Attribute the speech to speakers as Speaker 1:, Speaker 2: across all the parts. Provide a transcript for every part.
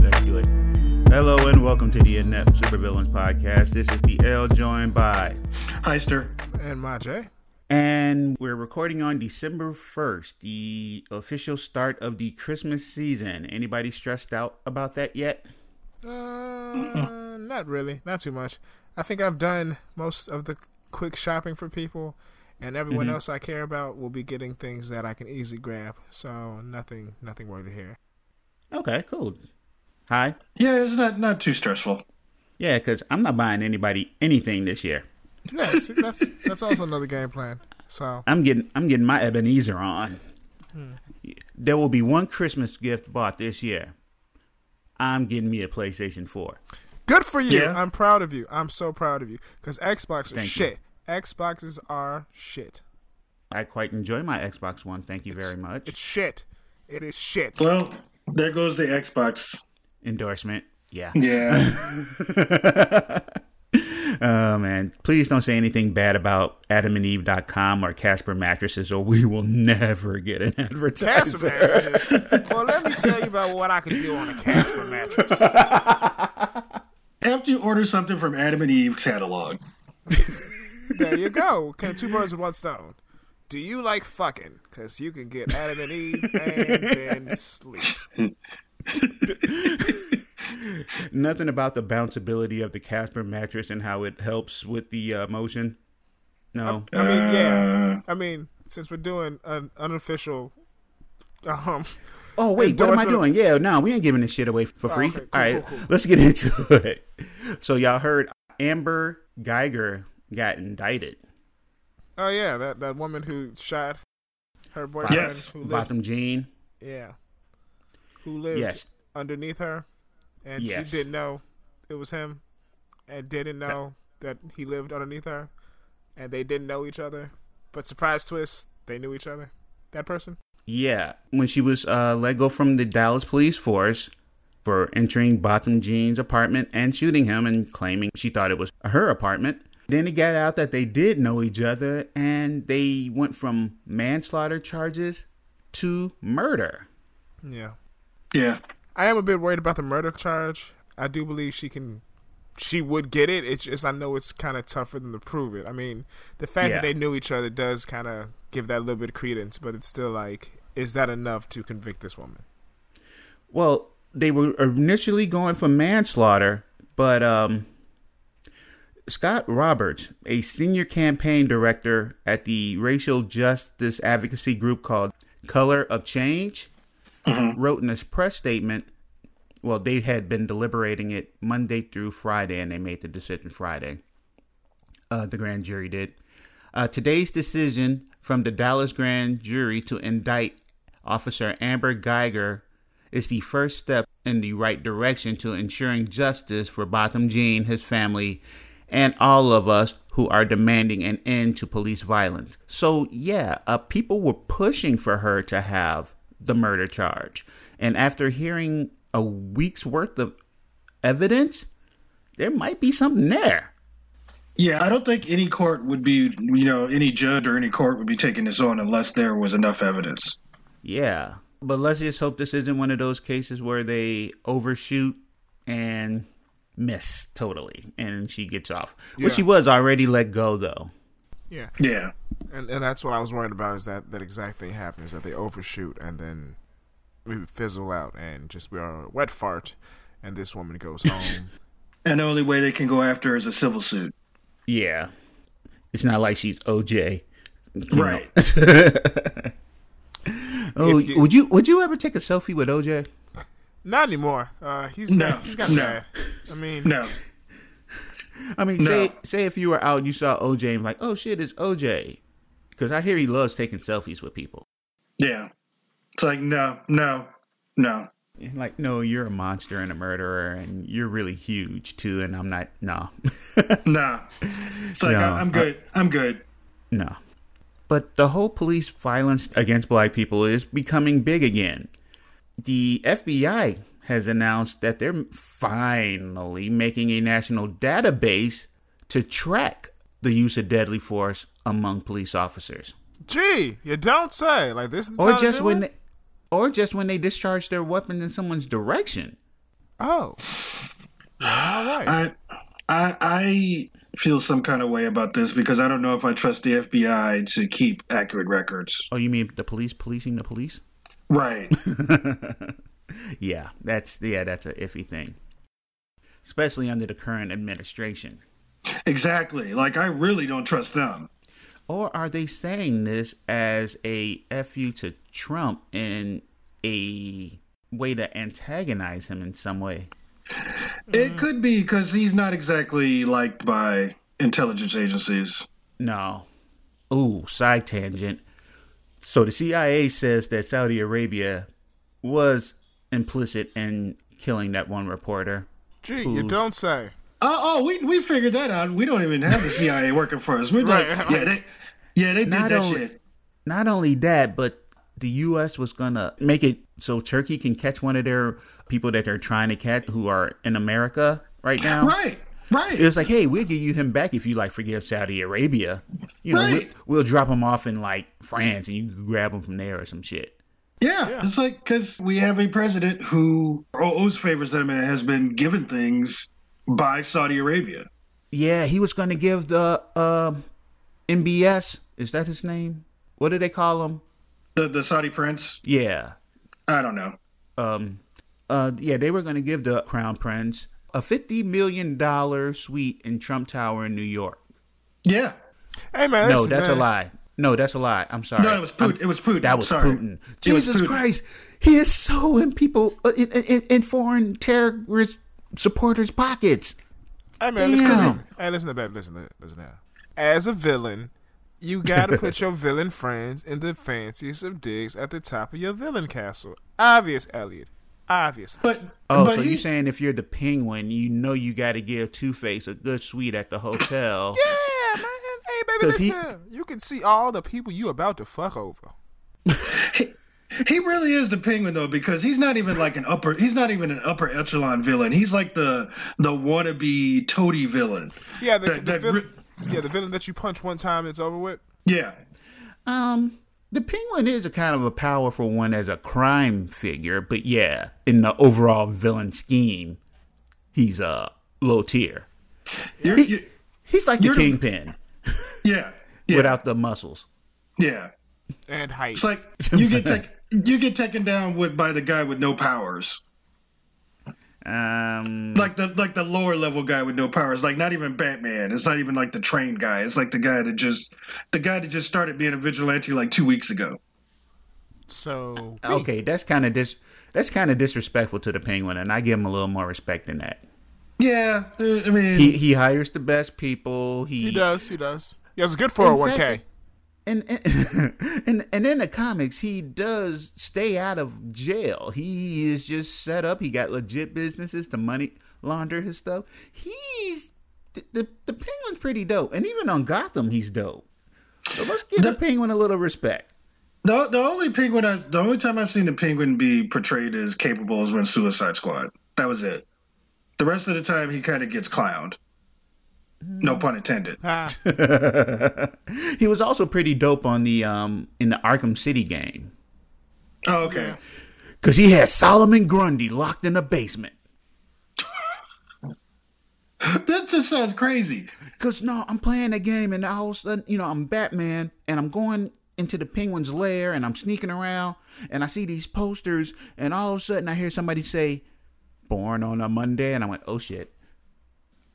Speaker 1: Let's do it. Hello and welcome to the Inept Supervillains Podcast. This is the L joined by,
Speaker 2: Heister.
Speaker 3: And my J.
Speaker 1: and we're recording on December 1st, the official start of the Christmas season. Anybody stressed out about that yet?
Speaker 3: Uh, not really, not too much. I think I've done most of the quick shopping for people, and everyone
Speaker 1: Mm-hmm.
Speaker 3: else I care about will be getting things that I can easily grab. So nothing, nothing worried here.
Speaker 1: Okay, cool. Hi.
Speaker 2: Yeah, it's not not too stressful.
Speaker 1: Yeah, because I'm not buying anybody anything this year.
Speaker 3: No, see, that's that's also another game plan. So
Speaker 1: I'm getting I'm getting my Ebenezer on.
Speaker 3: Hmm.
Speaker 1: There will be one Christmas gift bought this year. I'm getting me a PlayStation 4.
Speaker 3: good for you.
Speaker 2: Yeah.
Speaker 3: I'm proud of you. I'm so proud of you because Xbox are
Speaker 1: Thank you.
Speaker 3: shit. Xboxes are shit.
Speaker 1: I quite enjoy my Xbox One. Thank you very much.
Speaker 3: It's shit. It is shit.
Speaker 2: Well, there goes the Xbox.
Speaker 1: endorsement. Yeah.
Speaker 2: Yeah.
Speaker 1: Oh man, please don't say anything bad about AdamAndEve.com or Casper mattresses, or we will never get an
Speaker 3: Casper
Speaker 1: advertiser.
Speaker 3: mattress. well, let me tell you about what I can do on a Casper mattress.
Speaker 2: After you order something from Adam and Eve catalog.
Speaker 3: There you go. Can two birds with one stone. Do you like fucking? Because you can get Adam and Eve and then sleep.
Speaker 1: Nothing about the bounceability of the Casper mattress and how it helps with the uh, motion. No,
Speaker 3: I mean, yeah. I mean, since we're doing an unofficial, um,
Speaker 1: Oh wait, what am I
Speaker 3: Endorsement. Oh,
Speaker 1: doing? Yeah, no, we ain't giving this shit away for free.
Speaker 3: okay, cool,
Speaker 1: All right,
Speaker 3: cool, cool.
Speaker 1: let's get into it. So y'all heard Amber Geiger got indicted
Speaker 3: oh yeah, that that woman who shot her boyfriend,
Speaker 2: Yes.
Speaker 3: who lived,
Speaker 1: Bottom Jean.
Speaker 3: yeah, who lived
Speaker 1: Yes.
Speaker 3: underneath her, and
Speaker 1: Yes.
Speaker 3: she didn't know it was him, and didn't know that he lived underneath her, and they didn't know each other. But surprise twist, they knew each other. That person.
Speaker 1: Yeah, when she was uh, let go from the Dallas police force for entering Bottom Jean's apartment and shooting him and claiming she thought it was her apartment. Then it got out that they did know each other and they went from manslaughter charges to murder.
Speaker 3: Yeah.
Speaker 2: Yeah.
Speaker 3: I am a bit worried about the murder charge. I do believe she can, she would get it. It's just I know it's kind of tougher than to prove it. I mean, the fact
Speaker 1: Yeah.
Speaker 3: that they knew each other does kind of give that a little bit of credence, but it's still like, is that enough to convict this woman?
Speaker 1: Well, they were initially going for manslaughter, but um, Scott Roberts, a senior campaign director at the racial justice advocacy group called Color of Change, wrote in a press statement. Well, they had been deliberating it Monday through Friday, and they made the decision Friday. Uh, the grand jury did. Uh, today's decision from the Dallas grand jury to indict Officer Amber Geiger is the first step in the right direction to ensuring justice for Botham Jean, his family, and all of us who are demanding an end to police violence. So, yeah, uh, people were pushing for her to have the murder charge. And after hearing a week's worth of evidence, there might be something there.
Speaker 2: Yeah, I don't think any court would be, you know, any judge or any court would be taking this on unless there was enough evidence.
Speaker 1: Yeah. But let's just hope this isn't one of those cases where they overshoot and miss totally and she gets off. But she was already let go though.
Speaker 3: Yeah,
Speaker 2: Yeah.
Speaker 3: and and that's what I was worried about is that that exact thing happens that they overshoot and then we fizzle out and just we are a wet fart, and this woman goes home.
Speaker 2: And the only way they can go after her is a civil suit.
Speaker 1: Yeah. It's not like she's OJ.
Speaker 2: Right.
Speaker 1: Oh,
Speaker 3: If you-
Speaker 1: would you would you ever take a selfie with OJ?
Speaker 3: Not anymore. Uh, he's
Speaker 2: No.
Speaker 3: got, he's got
Speaker 2: No.
Speaker 3: bad. I mean,
Speaker 2: No.
Speaker 1: I mean, say say if you were out and you saw OJ and like, "Oh shit, it's OJ." Cuz I hear he loves taking selfies with people.
Speaker 2: Yeah. It's like no, no, no.
Speaker 1: And Like, no, you're a monster and a murderer, and you're really huge too. And I'm not. No,
Speaker 2: Nah. It's like,
Speaker 1: No,
Speaker 2: I, I'm good. I'm good.
Speaker 1: no. But the whole police violence against black people is becoming big again. The FBI has announced that they're finally making a national database to track the use of deadly force among police officers.
Speaker 3: Gee, you don't say. Like this is the
Speaker 1: or
Speaker 3: time to
Speaker 1: just
Speaker 3: do
Speaker 1: when
Speaker 3: it?
Speaker 1: they, or just when they discharge their weapon in someone's direction.
Speaker 3: Oh. All right.
Speaker 2: I, I, I feel some kind of way about this because I don't know if I trust the FBI to keep accurate records.
Speaker 1: Oh, you mean the police policing the police?
Speaker 2: Right.
Speaker 1: Yeah, that's yeah, that's a iffy thing. Especially under the current administration.
Speaker 2: exactly. Like, I really don't trust them.
Speaker 1: Or are they saying this as a fu to Trump and a way to antagonize him in some way?
Speaker 2: It could be because he's not exactly liked by intelligence agencies.
Speaker 1: No. Ooh, side tangent. So the CIA says that Saudi Arabia was implicit in killing that one reporter.
Speaker 3: Gee, you don't say.
Speaker 2: Oh, oh, we we figured that out. We don't even have the CIA working for us. We're
Speaker 3: Right.
Speaker 2: like, yeah, they, yeah, they did
Speaker 1: Not
Speaker 2: that
Speaker 1: only-
Speaker 2: shit.
Speaker 1: Not only that, but the U.S. was going to make it so Turkey can catch one of their people that they're trying to catch who are in America right now.
Speaker 2: Right, right.
Speaker 1: It was like, hey, we'll give you him back if you like forgive Saudi Arabia. You know,
Speaker 2: Right.
Speaker 1: we'll, we'll drop him off in like France and you can grab him from there or some shit.
Speaker 2: yeah, it's like because we have a president who owes favors to them and has been given things by Saudi Arabia.
Speaker 1: Yeah, he was going to give the um MBS. Is that his name? What do they call him?
Speaker 2: The the Saudi prince.
Speaker 1: Yeah.
Speaker 2: I don't know.
Speaker 1: Um, uh, yeah, they were going to give the crown prince a fifty million dollar suite in Trump Tower in New York.
Speaker 2: Yeah.
Speaker 3: Hey man,
Speaker 1: No,
Speaker 3: listen,
Speaker 1: that's
Speaker 3: man.
Speaker 1: a lie. No, that's a lie. I'm sorry.
Speaker 2: No, it was Putin.
Speaker 1: I'm-
Speaker 2: It was Putin.
Speaker 1: That was
Speaker 2: Sorry.
Speaker 1: Putin.
Speaker 2: It was
Speaker 1: Jesus
Speaker 2: Putin.
Speaker 1: Christ, he is so in people uh, in, in, in foreign terrorist supporters' pockets.
Speaker 3: Hey man, listen,
Speaker 1: Damn.
Speaker 3: listen. Hey, listen to that. Listen to listen now. As a villain, you gotta put your villain friends in the fanciest of digs at the top of your villain castle. Obvious, Elliot. Obvious.
Speaker 2: But
Speaker 1: Oh,
Speaker 2: but
Speaker 1: so
Speaker 2: he,
Speaker 1: you saying if you're the penguin, you know you got to give Two Face a good suite at the hotel?
Speaker 3: Yeah, man. Hey, baby,
Speaker 1: 'Cause
Speaker 3: listen.
Speaker 1: he-
Speaker 3: you can see all the people you about to fuck over.
Speaker 2: he really is the penguin though because he's not even like an upper. He's not even an upper echelon villain. He's like the the wannabe toady villain.
Speaker 3: Yeah, the,
Speaker 2: That-
Speaker 3: the
Speaker 2: that
Speaker 3: villain. yeah, the villain that you punch one time, it's over with.
Speaker 2: Yeah.
Speaker 1: Um, the penguin is a kind of a powerful one as a crime figure, but yeah, in the overall villain scheme, he's a uh, low tier.
Speaker 2: You're,
Speaker 1: He-
Speaker 2: you're,
Speaker 1: he's like the
Speaker 2: you're the-
Speaker 1: kingpin
Speaker 2: yeah. Yeah.
Speaker 1: without the muscles.
Speaker 2: yeah.
Speaker 3: And height.
Speaker 2: It's like you get take, you get taken down with by the guy with no powers.
Speaker 1: Um,
Speaker 2: Like the like the lower level guy with no powers. Like not even Batman. It's not even like the train guy. It's like the guy that just the guy that just started being a vigilante like two weeks ago.
Speaker 3: so
Speaker 1: okay, that's kind of dis that's kind of disrespectful to the penguin, and I give him a little more respect than that.
Speaker 2: Yeah. uh, I mean
Speaker 1: He he hires the best people. He,
Speaker 3: he does. oh He does. He has a good
Speaker 1: In
Speaker 3: 401k.
Speaker 1: fact- and and, and and in the comics he does stay out of jail he is just set up he got legit businesses to money launder his stuff he's the, the, the penguin's pretty dope and even on gotham he's dope so let's give the, penguin a little respect
Speaker 2: the the only penguin I, the only time I've seen the penguin be portrayed as capable is when Suicide Squad. That was it. The rest of the time he kinda gets clowned. No pun intended.
Speaker 3: Ah,
Speaker 1: he was also pretty dope on the um in the arkham city game
Speaker 2: Oh, okay.
Speaker 1: because he had solomon grundy locked in a basement
Speaker 2: That just sounds crazy.
Speaker 1: Cause no, I'm playing a game and all of a sudden, you know, I'm Batman and I'm going into the penguin's lair and I'm sneaking around and I see these posters and all of a sudden I hear somebody say, Born on a Monday and I went, Oh shit.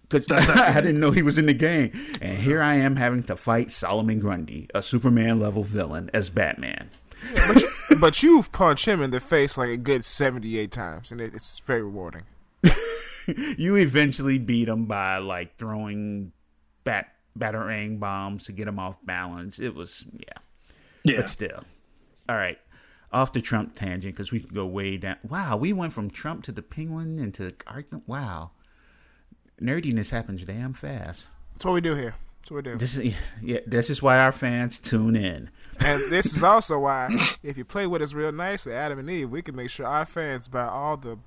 Speaker 1: Cause I didn't know he was in the game. And here I am having to fight Solomon Grundy, a Superman level villain as Batman.
Speaker 3: but, you, but you punch him in the face like a good 78 times, and it, it's very rewarding.
Speaker 1: You eventually beat him by like throwing bat battering bombs to get him off balance. It was yeah.
Speaker 2: Yeah.
Speaker 1: but still. All right. off the Trump tangent because we can go way down. Wow, we went from Trump to the penguin and to Arkham. Wow, nerdiness happens damn fast.
Speaker 3: That's what we do here. That's what we do.
Speaker 1: This is yeah. This is why our fans tune in.
Speaker 3: and this is also why, if you play with us real nicely, Adam and Eve, we can make sure our fans buy all the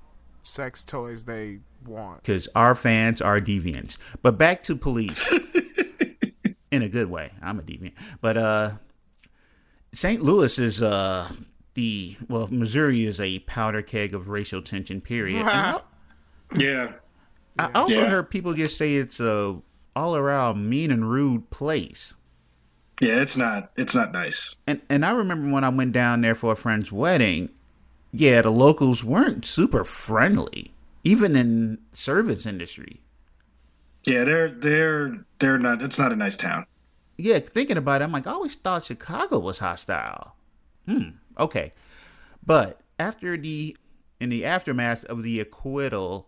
Speaker 3: sex toys they want.
Speaker 1: because our fans are deviants. But back to police, in a good way. I'm a deviant, but uh, St. Louis is uh the well, Missouri is a powder keg of racial tension. Period. And I,
Speaker 2: Yeah.
Speaker 1: I also
Speaker 2: Yeah.
Speaker 1: heard people just say it's a all around mean and rude place.
Speaker 2: Yeah, it's not it's not nice.
Speaker 1: And and I remember when I went down there for a friend's wedding. Yeah, the locals weren't super friendly, even in service industry.
Speaker 2: Yeah, they're they're they're not it's not a nice town.
Speaker 1: yeah, thinking about it, I'm like, I always thought Chicago was hostile. Hmm. Okay. But after the in the aftermath of the acquittal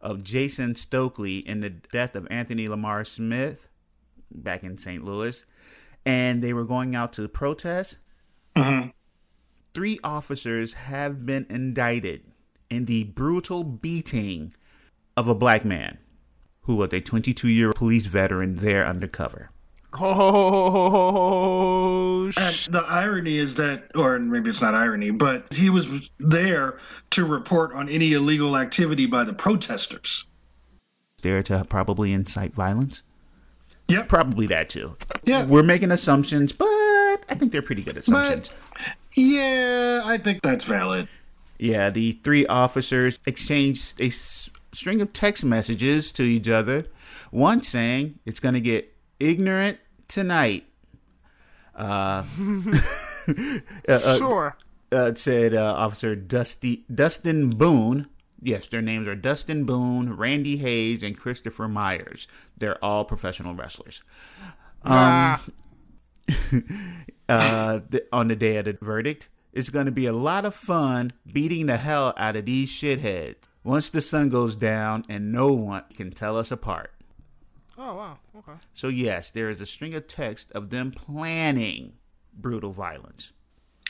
Speaker 1: of Jason Stokely and the death of Anthony Lamar Smith back in St. Louis, and they were going out to protest,
Speaker 2: Mhm.
Speaker 1: three officers have been indicted in the brutal beating of a black man who was a 22 year police veteran there undercover.
Speaker 3: Oh,
Speaker 2: And
Speaker 3: sh-
Speaker 2: the irony is that or maybe it's not irony, but he was there to report on any illegal activity by the protesters.
Speaker 1: there to probably incite violence.
Speaker 2: Yep.
Speaker 1: Probably that too.
Speaker 2: Yeah.
Speaker 1: We're making assumptions, but I think they're pretty good assumptions.
Speaker 2: Yeah, I think that's valid.
Speaker 1: yeah, the three officers exchanged a s- string of text messages to each other. One saying, "It's going to get ignorant tonight."
Speaker 3: sure.
Speaker 1: Uh, it said uh, Officer Dusty Dustin Boone. Yes, their names are Dustin Boone, Randy Hayes, and Christopher Myers. They're all professional wrestlers. um,
Speaker 3: Ah,
Speaker 1: uh, th- on the day of the verdict. It's going to be a lot of fun beating the hell out of these shitheads once the sun goes down and no one can tell us apart.
Speaker 3: oh wow. Okay.
Speaker 1: So, yes, there is a string of text of them planning brutal violence.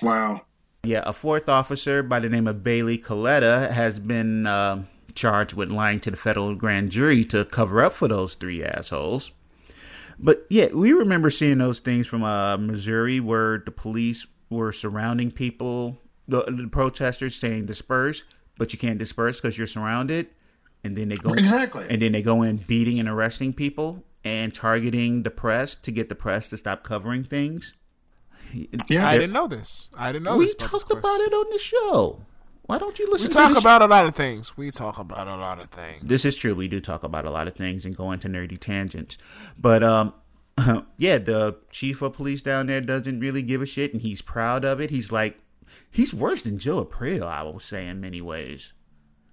Speaker 2: Wow.
Speaker 1: Yeah, a fourth officer by the name of Bailey Coletta has been um charged with lying to the federal grand jury to cover up for those three assholes. But yeah, we remember seeing those things from uh, Missouri where the police were surrounding people, the, the protesters saying disperse, but you can't disperse because you're surrounded. And then they go
Speaker 2: Exactly.
Speaker 1: and then they go in beating and arresting people and targeting the press to get the press to stop covering things.
Speaker 2: Yeah.
Speaker 3: I didn't know this. I didn't know
Speaker 1: We
Speaker 3: this.
Speaker 1: talked
Speaker 3: this
Speaker 1: about it on the show. Why don't you
Speaker 3: We
Speaker 1: listen? to
Speaker 3: talk
Speaker 1: the
Speaker 3: about a lot of things. We talk about a lot of
Speaker 1: Show?
Speaker 3: things.
Speaker 1: This is true. We do talk about a lot of things and go into nerdy tangents, but um, yeah, the chief of police down there doesn't really give a shit, and he's proud of it. He's like, he's worse than Joe Aprile, I will say, in many ways.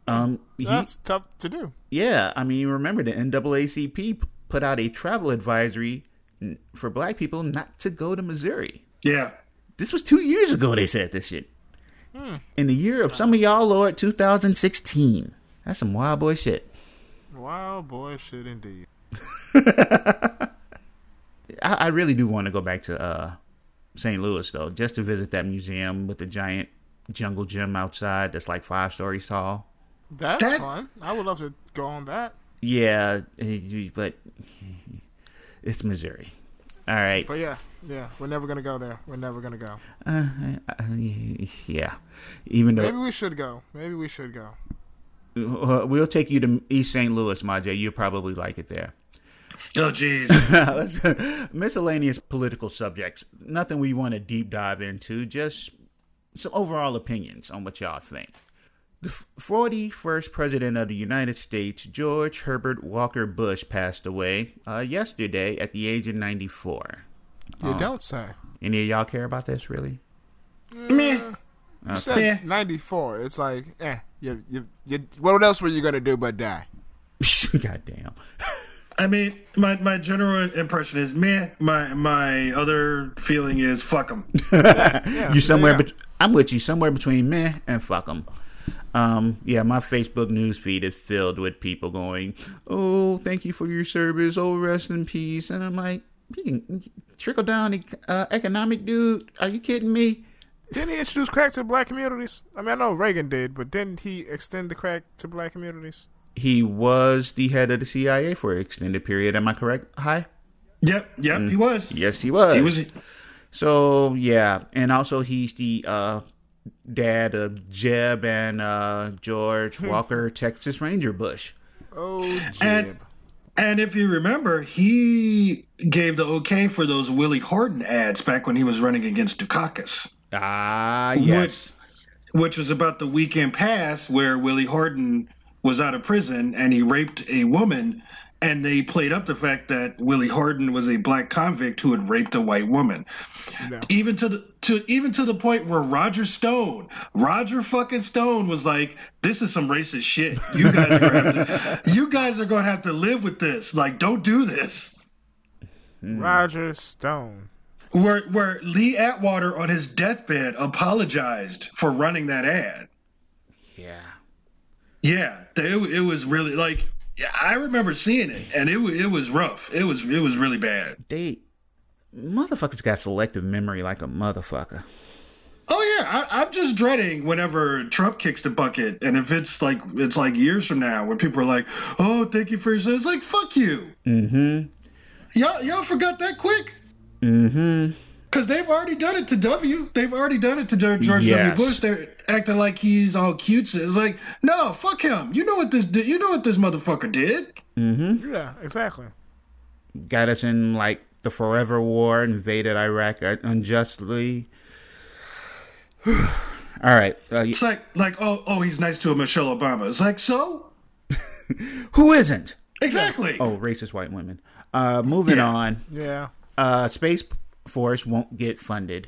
Speaker 1: Um, he,
Speaker 3: That's tough to do.
Speaker 1: yeah, I mean, remember the NAACP p- put out a travel advisory n- for black people not to go to Missouri.
Speaker 2: Yeah.
Speaker 1: This was two years ago they said this shit. In the year of some of y'all, Lord, 2016. That's some wild boy shit.
Speaker 3: Wow, boy, shit indeed.
Speaker 1: I, I really do want to go back to uh, St. Louis, though, just to visit that museum with the giant jungle gym outside that's like five stories tall.
Speaker 3: That's
Speaker 2: That-
Speaker 3: fun. I would love to go on that.
Speaker 1: Yeah, eh, but it's Missouri. All right.
Speaker 3: But yeah, yeah, we're never gonna go there. We're never gonna go.
Speaker 1: Uh, uh, yeah. Even though.
Speaker 3: Maybe we should go. Maybe we should go.
Speaker 1: Uh, we'll take you to East St. Louis, Majay. You'll probably like it there.
Speaker 2: Oh jeez.
Speaker 1: Let's- miscellaneous political subjects. Nothing we want to deep dive into. Just some overall opinions on what y'all think. The f- 41st President of the United States, George Herbert Walker Bush, passed away uh, yesterday at the age of 94. Oh.
Speaker 3: You don't say.
Speaker 1: Any of y'all care about this, really?
Speaker 2: Meh.
Speaker 3: You said
Speaker 2: Yeah.
Speaker 3: 94. It's like, eh, you, you, you, what else were you going to do but die?
Speaker 1: Goddamn.
Speaker 2: I mean, my, my general impression is meh. My my other feeling is fuck them.
Speaker 3: Yeah,
Speaker 1: you somewhere,
Speaker 3: yeah.
Speaker 1: bet- I'm with you somewhere between meh and fuck 'em. Um, yeah, my Facebook news feed is filled with people going, "Oh, thank you for your service. Oh, rest in peace." e, And I'm like, "You can trickle down uh, economic dude? Are you kidding me?"
Speaker 3: Didn't he introduce crack to black communities? I mean, I know Reagan did, but didn't he extend the crack to black communities?
Speaker 1: He was the head of the CIA for an extended period. Am I correct? Hi.
Speaker 2: Yep, yep, he was.
Speaker 1: Yes, he was.
Speaker 2: He was.
Speaker 1: So yeah, and also he's the uh, dad of Jeb and uh, George Walker, Texas Ranger Bush.
Speaker 3: Oh, Jib.
Speaker 2: And- And if you remember, he gave the okay for those Willie Horton ads back when he was running against Dukakis,
Speaker 1: Ah, yes.
Speaker 2: which was about the weekend pass where Willie Horton was out of prison and he raped a woman. And they played up the fact that Willie Horton was a black convict who had raped a white woman.
Speaker 3: No.
Speaker 2: Even to the to even to the point where Roger Stone, Roger fucking Stone was like, "This is some racist shit. You guys are gonna have to, you guys are gonna have to live with this. Like, don't do this."
Speaker 1: Mm.
Speaker 3: Roger Stone.
Speaker 2: Where where Lee Atwater on his deathbed apologized for running that ad.
Speaker 1: Yeah.
Speaker 2: Yeah, th- it, it was really like yeah, I remember seeing it, and it wa- it was rough. It was it was really bad.
Speaker 1: They motherfuckers got selective memory like a motherfucker.
Speaker 2: Oh yeah, I, I'm just dreading whenever Trump kicks the bucket, and if it's like it's like years from now, where people are like, "Oh, thank you for your," service." it's like fuck you,
Speaker 1: Mm-hmm.
Speaker 2: y'all y'all forgot that quick,
Speaker 1: Mm-hmm.
Speaker 2: because they've already done it to W. They've already done it to George W.
Speaker 1: Yes.
Speaker 2: Bush. They're acting like he's all cute. It's like no, fuck him. You know what this did? You know what this motherfucker did?
Speaker 3: Yeah, exactly.
Speaker 1: Got us in like the forever war, invaded Iraq uh, unjustly. All right. Uh, y-
Speaker 2: It's like like oh oh he's nice to a Michelle Obama. It's like so
Speaker 1: who isn't?
Speaker 2: exactly.
Speaker 1: Oh, racist white women. Uh, moving
Speaker 2: Yeah.
Speaker 1: on.
Speaker 3: Yeah.
Speaker 1: Uh, Space Force won't get funded.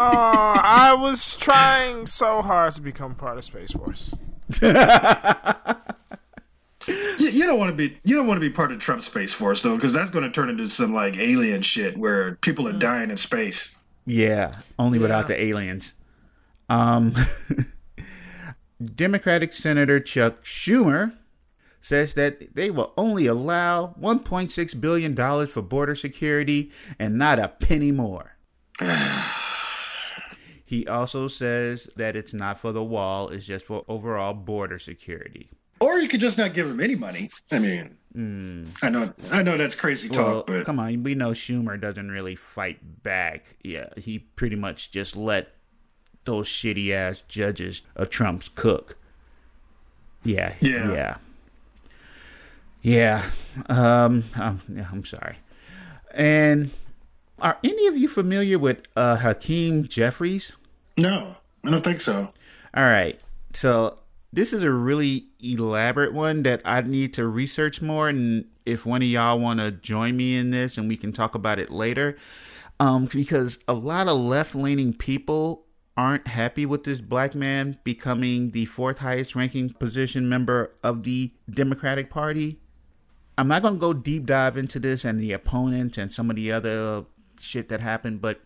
Speaker 3: Oh, I was trying so hard to become part of Space Force.
Speaker 2: You, you don't want to be you don't want to be part of Trump's space force though, because that's going to turn into some like alien shit where people
Speaker 1: Mm.
Speaker 2: are dying in space.
Speaker 1: Yeah, only without the aliens. Um, Democratic Senator Chuck Schumer says that they will only allow 1.6 billion dollars for border security and not a penny more. he also says that it's not for the wall; it's just for overall border security.
Speaker 2: Or you could just not give him any money. I mean, I know I know that's crazy
Speaker 1: Mm. Well,
Speaker 2: talk, but
Speaker 1: come on, we know Schumer doesn't really fight back. Yeah, he pretty much just let those shitty ass judges of Trump's cook. Yeah,
Speaker 2: Yeah.
Speaker 1: yeah, yeah. Um, I'm, yeah, I'm sorry. And are any of you familiar with uh, Hakeem Jeffries?
Speaker 2: no, I don't think so.
Speaker 1: All right. So this is a really elaborate one that I need to research more. And if one of y'all want to join me in this and we can talk about it later, um, because a lot of left leaning people aren't happy with this black man becoming the fourth highest ranking position member of the Democratic Party. I'm not going to go deep dive into this and the opponents and some of the other shit that happened, but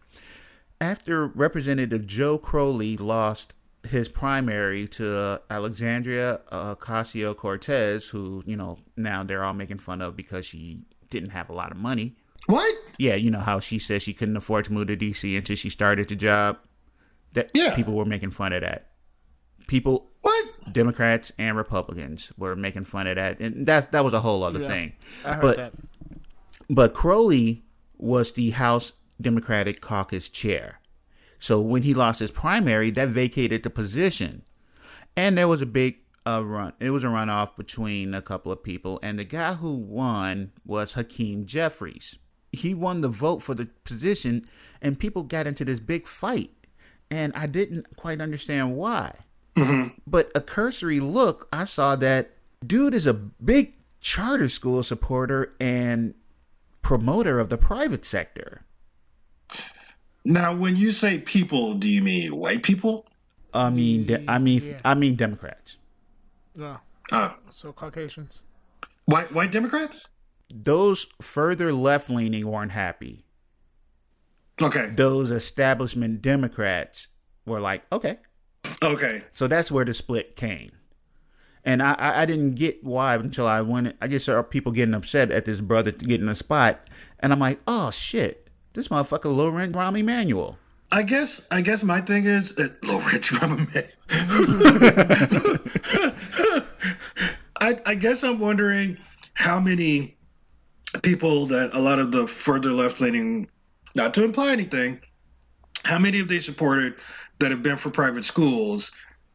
Speaker 1: after Representative Joe Crowley lost his primary to Alexandria Ocasio Cortez, who, you know, now they're all making fun of because she didn't have a lot of money.
Speaker 2: What?
Speaker 1: Yeah, you know how she said she couldn't afford to move to DC until she started the job. That
Speaker 2: Yeah.
Speaker 1: people were making fun of that. People
Speaker 2: What?
Speaker 1: Democrats and Republicans were making fun of that. And that that was a whole other thing.
Speaker 3: I heard
Speaker 1: but
Speaker 3: that.
Speaker 1: but Crowley was the House Democratic Caucus chair. So when he lost his primary, that vacated the position. And there was a big uh, run. It was a runoff between a couple of people. And the guy who won was Hakeem Jeffries. He won the vote for the position, and people got into this big fight. And I didn't quite understand why but a cursory look, I saw that dude is a big charter school supporter and promoter of the private sector.
Speaker 2: Now, when you say people, do you mean white people?
Speaker 1: I mean, de- I mean, I mean Democrats.
Speaker 3: No.
Speaker 2: Oh,
Speaker 3: So Caucasians.
Speaker 2: white white Democrats?
Speaker 1: Those further left leaning weren't happy.
Speaker 2: Okay,
Speaker 1: Those establishment Democrats were like, okay.
Speaker 2: okay.
Speaker 1: So that's where the split came. And I, I, I didn't get why until I went. I just saw people getting upset at this brother getting a spot, and I'm like, oh shit, this motherfucker low rent Rahm Emanuel.
Speaker 2: I guess I guess my thing is that low rent drama man. I I guess I'm wondering how many people that a lot of the further left leaning not to imply anything, how many of they supported that have been for private schools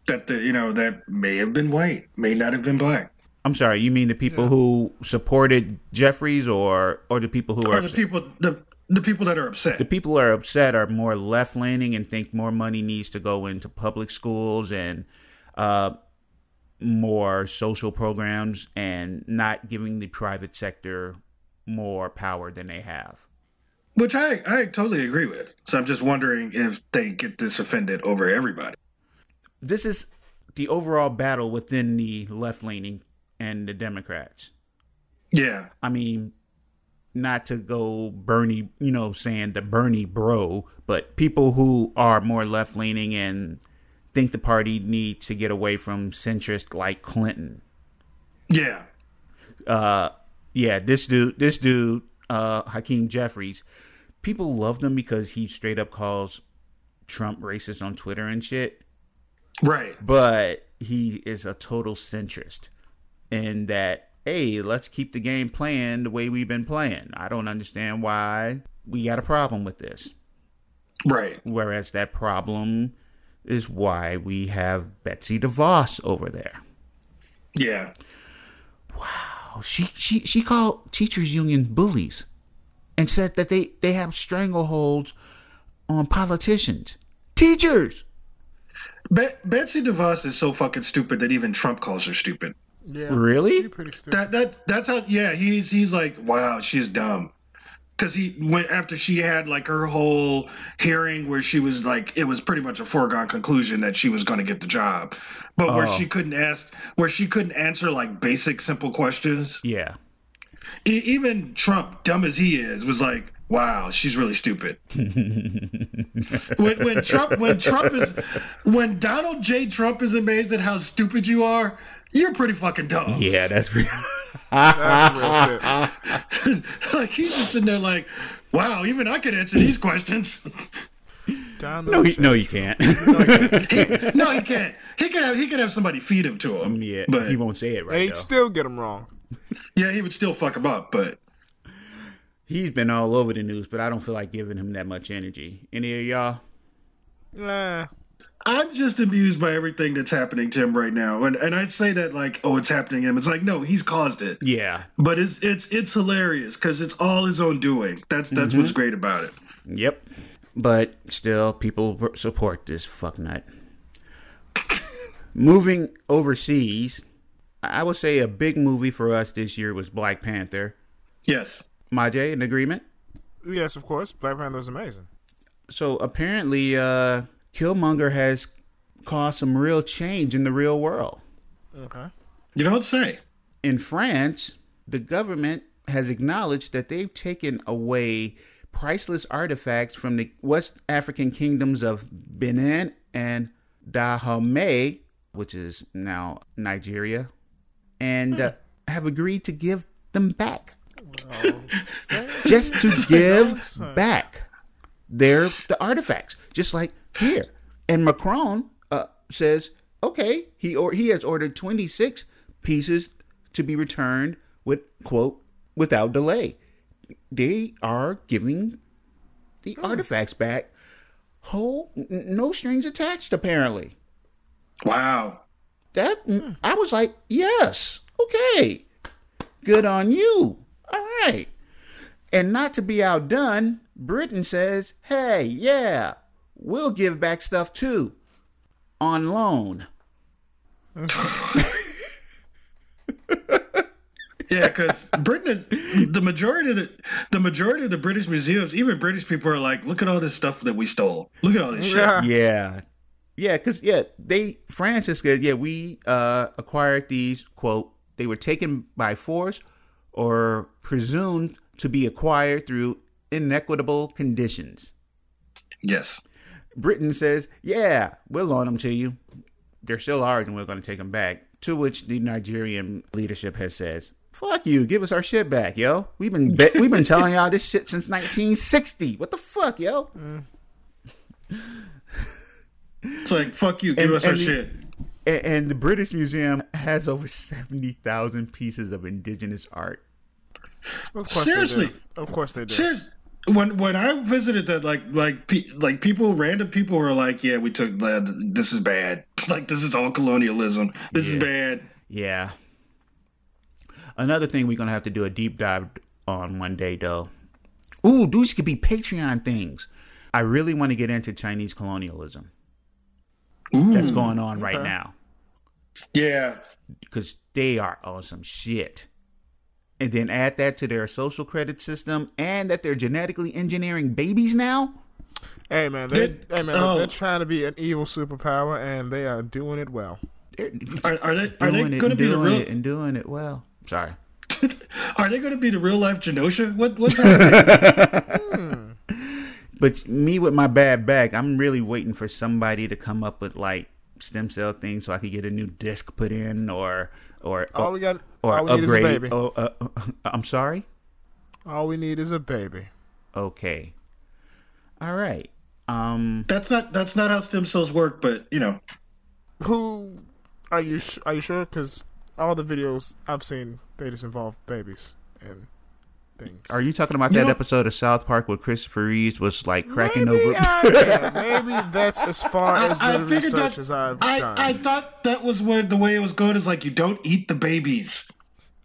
Speaker 2: that the you know that may have been white, may not have been black.
Speaker 1: I'm sorry, you mean the people who supported Jeffries or or the people who are
Speaker 2: Or the
Speaker 1: upset?
Speaker 2: people the the people that are upset.
Speaker 1: the people who are upset are more left leaning and think more money needs to go into public schools and uh, more social programs and not giving the private sector more power than they have.
Speaker 2: Which I, I totally agree with. So I'm just wondering if they get this offended over everybody.
Speaker 1: This is the overall battle within the left leaning and the Democrats.
Speaker 2: Yeah.
Speaker 1: I mean, not to go Bernie, you know, saying the Bernie bro, but people who are more left leaning and think the party needs to get away from centrist like Clinton.
Speaker 2: Yeah.
Speaker 1: Uh, yeah, this dude, this dude, uh, Hakeem Jeffries, people loved him because he straight up calls Trump racist on Twitter and shit
Speaker 2: Right.
Speaker 1: but he is a total centrist in that hey let's keep the game playing the way we've been playing i don't understand why we got a problem with this
Speaker 2: Right.
Speaker 1: whereas that problem is why we have betsy devos over there
Speaker 2: Yeah.
Speaker 1: oh she she she called teachers union bullies and said that they they have strangleholds on politicians teachers
Speaker 2: Be- Betsy DeVos is so fucking stupid that even Trump calls her stupid.
Speaker 3: Yeah.
Speaker 1: Really?
Speaker 3: You're pretty stupid.
Speaker 2: That that that's how yeah, he's he's like, wow, she's dumb. Cause he went after she had like her whole hearing where she was like it was pretty much a foregone conclusion that she was gonna get the job. But where
Speaker 1: Oh.
Speaker 2: she couldn't ask where she couldn't answer like basic simple questions.
Speaker 1: yeah
Speaker 2: E- even Trump, dumb as he is, was like, "Wow, she's really stupid." when, when Trump, when Trump is, when Donald J. Trump is amazed at how stupid you are, you're pretty fucking dumb.
Speaker 1: yeah that's real
Speaker 3: That's real shit.
Speaker 2: like he's just sitting there like, "Wow, even I could answer these questions."
Speaker 3: Donald
Speaker 1: no, he,
Speaker 3: J.
Speaker 1: no you can't
Speaker 2: no, he can't. He could have he could have somebody feed him to him.
Speaker 1: yeah
Speaker 2: but
Speaker 1: he won't say it right
Speaker 3: And
Speaker 1: though.
Speaker 3: he'd still get him wrong.
Speaker 2: yeah, he would still fuck him up. But
Speaker 1: He's been all over the news, but I don't feel like giving him that much energy. Any of y'all?
Speaker 3: Nah.
Speaker 2: I'm just amused by everything that's happening to him right now, and and I say that like, "Oh, it's happening to him." It's like, no, he's caused it.
Speaker 1: Yeah.
Speaker 2: but it's it's it's hilarious because it's all his own doing. That's that's what's
Speaker 1: Mm-hmm.
Speaker 2: great about it.
Speaker 1: Yep. But still, people w- support this fucknut. Moving overseas, I I would say a big movie for us this year was Black Panther.
Speaker 2: Yes.
Speaker 1: Majay, in agreement?
Speaker 3: Yes, of course. Black Panther's amazing.
Speaker 1: So apparently, uh, Killmonger has caused some real change in the real world.
Speaker 3: Okay.
Speaker 2: You don't say.
Speaker 1: in France, the government has acknowledged that they've taken away priceless artifacts from the West African kingdoms of Benin and Dahomey, which is now Nigeria, and uh, have agreed to give them back. just to give back their the artifacts, just like here. And Macron uh, says, okay, he or he has ordered 26 pieces to be returned with quote without delay. They are giving the artifacts back, whole n- no strings attached. Apparently,
Speaker 2: Wow.
Speaker 1: that mm, I was like, yes, okay, good on you. All right. And not to be outdone, Britain says, hey, yeah, we'll give back stuff too on loan.
Speaker 2: Yeah, because Britain is the majority of the the majority of the British museums. Even British people are like, look at all this stuff that we stole. Look at all this shit.
Speaker 3: Yeah.
Speaker 1: Yeah. Yeah, because, yeah, they, France is good. Yeah, we uh, acquired these, quote, they were taken by force or presumed to be acquired through inequitable conditions.
Speaker 2: Yes.
Speaker 1: Britain says, "Yeah, we'll loan them to you. They're still ours, and we're going to take them back." To which the Nigerian leadership has says, "Fuck you! Give us our shit back, yo. We've been be- we've been telling y'all this shit since 1960. What the fuck, yo?"
Speaker 2: It's like fuck you, give
Speaker 1: And-
Speaker 2: us our
Speaker 1: and the-
Speaker 2: shit.
Speaker 1: A- And the British Museum has over 70,000 pieces of indigenous art.
Speaker 3: Of course They
Speaker 2: Seriously?
Speaker 3: do. Of course they do.
Speaker 2: Serious. When when I visited that, like like pe- like people, random people were like, "Yeah, we took uh, this is bad. Like this is all colonialism. This
Speaker 1: Yeah.
Speaker 2: is bad."
Speaker 1: Yeah. Another thing we're going to have to do a deep dive on one day, though. Ooh, these could be Patreon things. I really want to get into Chinese colonialism
Speaker 2: Ooh.
Speaker 1: that's going on right
Speaker 3: Hmm. Okay.
Speaker 1: now
Speaker 2: Yeah,
Speaker 1: because they are on some shit. And then add that to their social credit system and that they're genetically engineering babies now.
Speaker 3: Hey man, they,
Speaker 2: Did-
Speaker 3: hey man,
Speaker 2: oh.
Speaker 3: they're trying to be an evil superpower, and they are doing it well.
Speaker 1: They're
Speaker 2: are, are they are
Speaker 1: doing
Speaker 2: they
Speaker 1: it
Speaker 2: going
Speaker 1: and
Speaker 2: to be the
Speaker 1: doing
Speaker 2: real?
Speaker 1: it and doing it well. Sorry.
Speaker 2: Are they going to be the real life Genosha? What what's happening?
Speaker 1: But me with my bad back, I'm really waiting for somebody to come up with like stem cell things so I could get a new disc put in or or
Speaker 3: All we got,
Speaker 1: Oh. or
Speaker 3: all we need is a
Speaker 1: upgrade.
Speaker 3: baby.
Speaker 1: Oh, uh, I'm sorry.
Speaker 3: All we need is a baby.
Speaker 1: Okay. All right. Um.
Speaker 2: that's not that's not how stem cells work. But you know,
Speaker 3: Who are you? Sh- are you sure? Because all the videos I've seen, they just involve babies and things.
Speaker 1: Are you talking about
Speaker 2: You
Speaker 1: that
Speaker 2: know-
Speaker 1: episode of South Park where Christopher Reeves was like cracking
Speaker 3: maybe,
Speaker 1: over?
Speaker 2: uh,
Speaker 3: I am. maybe that's as far
Speaker 2: I,
Speaker 3: as the
Speaker 2: I figured
Speaker 3: research
Speaker 2: that
Speaker 3: as I've done.
Speaker 2: I, I thought that was where the way it was going is like you don't eat the babies.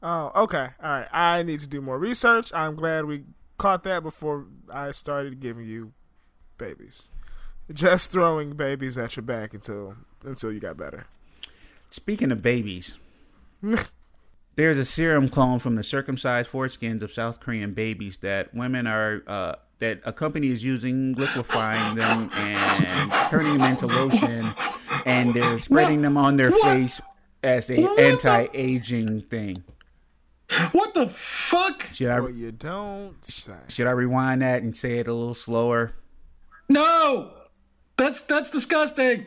Speaker 3: Oh, okay. All right. I need to do more research. I'm glad we caught that before I started giving you babies. Just throwing babies at your back until until you got better.
Speaker 1: Speaking of babies, there's a serum clone from the circumcised foreskins of South Korean babies that women are uh, that a company is using, liquefying them and turning them into lotion, and they're spreading them on their face as a
Speaker 2: What the-
Speaker 1: anti-aging thing.
Speaker 2: What the fuck?
Speaker 1: Should
Speaker 3: Well,
Speaker 1: I
Speaker 3: you don't say.
Speaker 1: should I rewind that and say it a little slower?
Speaker 2: No, that's that's disgusting.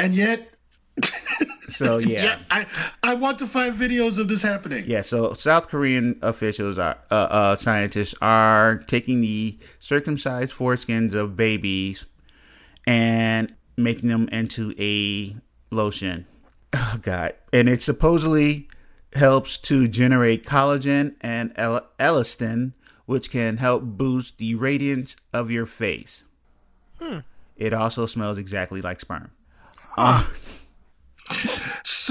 Speaker 2: And yet,
Speaker 1: So yeah.
Speaker 2: yeah, I I want to find videos of this happening.
Speaker 1: Yeah, so South Korean officials are uh, uh, scientists are taking the circumcised foreskins of babies and making them into a lotion. Oh God! And it supposedly helps to generate collagen and el- elastin, which can help boost the radiance of your face. It also smells exactly like sperm.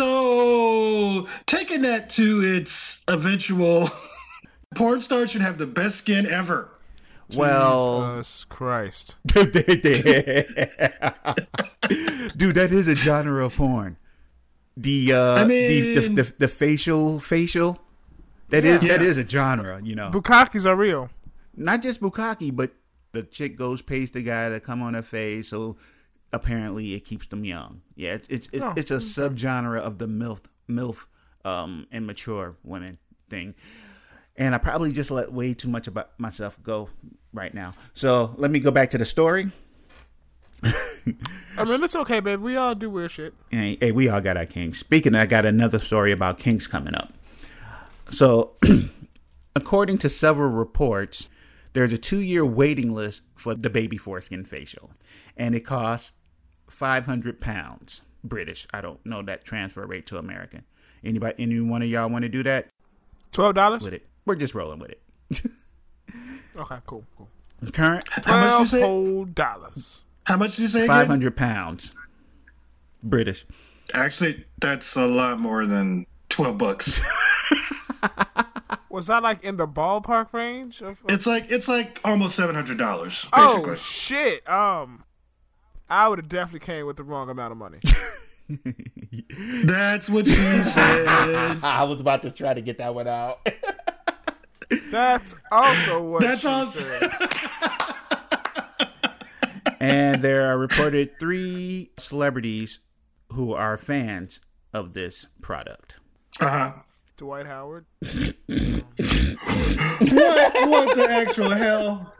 Speaker 2: So taking that to its eventual, porn stars should have the best skin ever.
Speaker 1: Well,
Speaker 3: Jesus Christ.
Speaker 1: Dude, that is a genre of porn. The uh,
Speaker 2: I
Speaker 1: the,
Speaker 2: mean-
Speaker 1: the, the the facial facial. that is that
Speaker 2: Yeah.
Speaker 1: is a genre, you know.
Speaker 3: Bukakis are real.
Speaker 1: Not just bukkake, but the chick goes pays the guy to come on her face, so apparently it keeps them young. Yeah, it's it's it's,
Speaker 3: Oh,
Speaker 1: it's a subgenre of the milf milf um immature women thing. And I probably just let way too much about myself go right now. So let me go back to the story.
Speaker 3: I mean, it's okay, babe. We all do weird shit.
Speaker 1: Hey, hey, we all got our kings. Speaking, of, I got another story about kings coming up. So, according to several reports, there's a two-year waiting list for the baby foreskin facial, and it costs 500 pounds British. I don't know that transfer rate to American. Anybody, any one of y'all want to do that
Speaker 3: Twelve dollars.
Speaker 1: with it? We're just rolling with it.
Speaker 3: Okay, cool, cool.
Speaker 1: Current
Speaker 2: How much you
Speaker 3: Twelve
Speaker 2: say?
Speaker 3: whole dollars.
Speaker 2: How much did you say? again?
Speaker 1: 500 pounds British.
Speaker 2: Actually, that's a lot more than twelve bucks.
Speaker 3: Was that like in the ballpark range of?
Speaker 2: it's like it's like almost seven hundred dollars.
Speaker 3: oh
Speaker 2: Basically,
Speaker 3: shit. Um, I would have definitely came with the wrong amount of money.
Speaker 2: that's what she said.
Speaker 1: I was about to try to get that one out.
Speaker 3: That's also what
Speaker 2: That's
Speaker 3: she
Speaker 2: all-
Speaker 3: said.
Speaker 1: and there are reported three celebrities who are fans of this product.
Speaker 2: Uh huh.
Speaker 3: Dwight Howard.
Speaker 2: What? What the actual hell?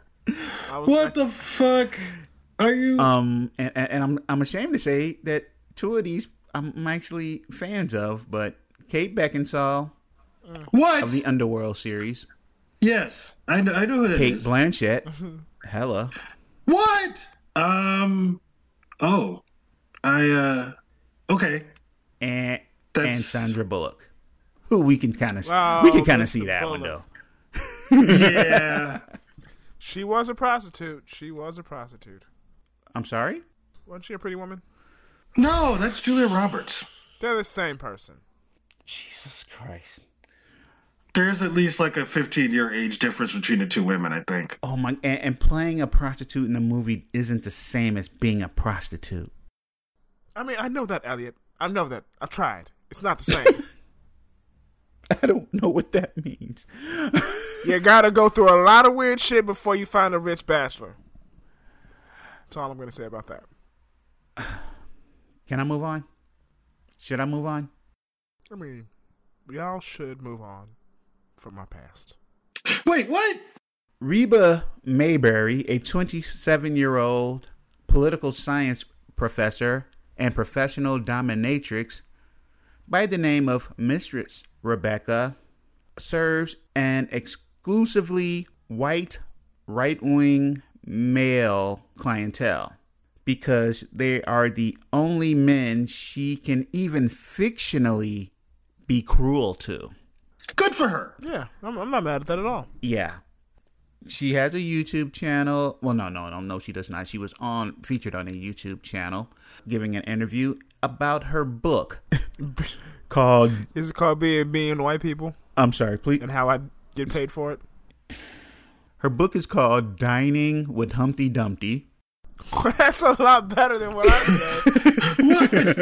Speaker 3: I was
Speaker 2: What the fuck? Are you?
Speaker 3: Uh,
Speaker 1: Um, and, and, and I'm I'm ashamed to say that two of these I'm actually fans of, but Kate Beckinsale
Speaker 2: what?
Speaker 1: of the Underworld series,
Speaker 2: yes, I know. I know who that is.
Speaker 1: Kate Blanchett, hella,
Speaker 2: What? Um. Oh, I. uh Okay.
Speaker 1: and
Speaker 2: That's-
Speaker 1: and Sandra Bullock, who we can kind of
Speaker 3: Wow,
Speaker 1: we can kind of
Speaker 3: Mr.
Speaker 1: see that one
Speaker 3: Bullock.
Speaker 1: though.
Speaker 2: Yeah.
Speaker 3: She was a prostitute. She was a prostitute.
Speaker 1: I'm sorry.
Speaker 3: Wasn't she a pretty woman?
Speaker 2: no, that's Julia Roberts.
Speaker 3: They're the same person.
Speaker 1: Jesus Christ.
Speaker 2: There's at least like a 15 year age difference between the two women, I think.
Speaker 1: Oh my! And, and playing a prostitute in a movie isn't the same as being a prostitute.
Speaker 3: I mean, I know that, Elliot. I know that. I've tried. It's not the same.
Speaker 1: I don't know what that means.
Speaker 3: you gotta go through a lot of weird shit before you find a rich bachelor. That's all I'm gonna say about that.
Speaker 1: Can I move on? Should I move on?
Speaker 3: I mean, y'all should move on from my past.
Speaker 2: Wait, what?
Speaker 1: Reba Mayberry, a 27 year old political science professor and professional dominatrix by the name of Mistress Rebecca, serves an exclusively white right wing male clientele because they are the only men she can even fictionally be cruel to.
Speaker 2: Good for her.
Speaker 3: Yeah, I'm, I'm not mad at that at all.
Speaker 1: Yeah. She has a YouTube channel. Well, no, no, no, no, she does not. She was on featured on a YouTube channel giving an interview about her book called
Speaker 3: Is it called being being white people
Speaker 1: I'm sorry, please.
Speaker 3: and how I get paid for it?
Speaker 1: Her book is called Dining with Humpty Dumpty.
Speaker 3: That's a lot better than what I said.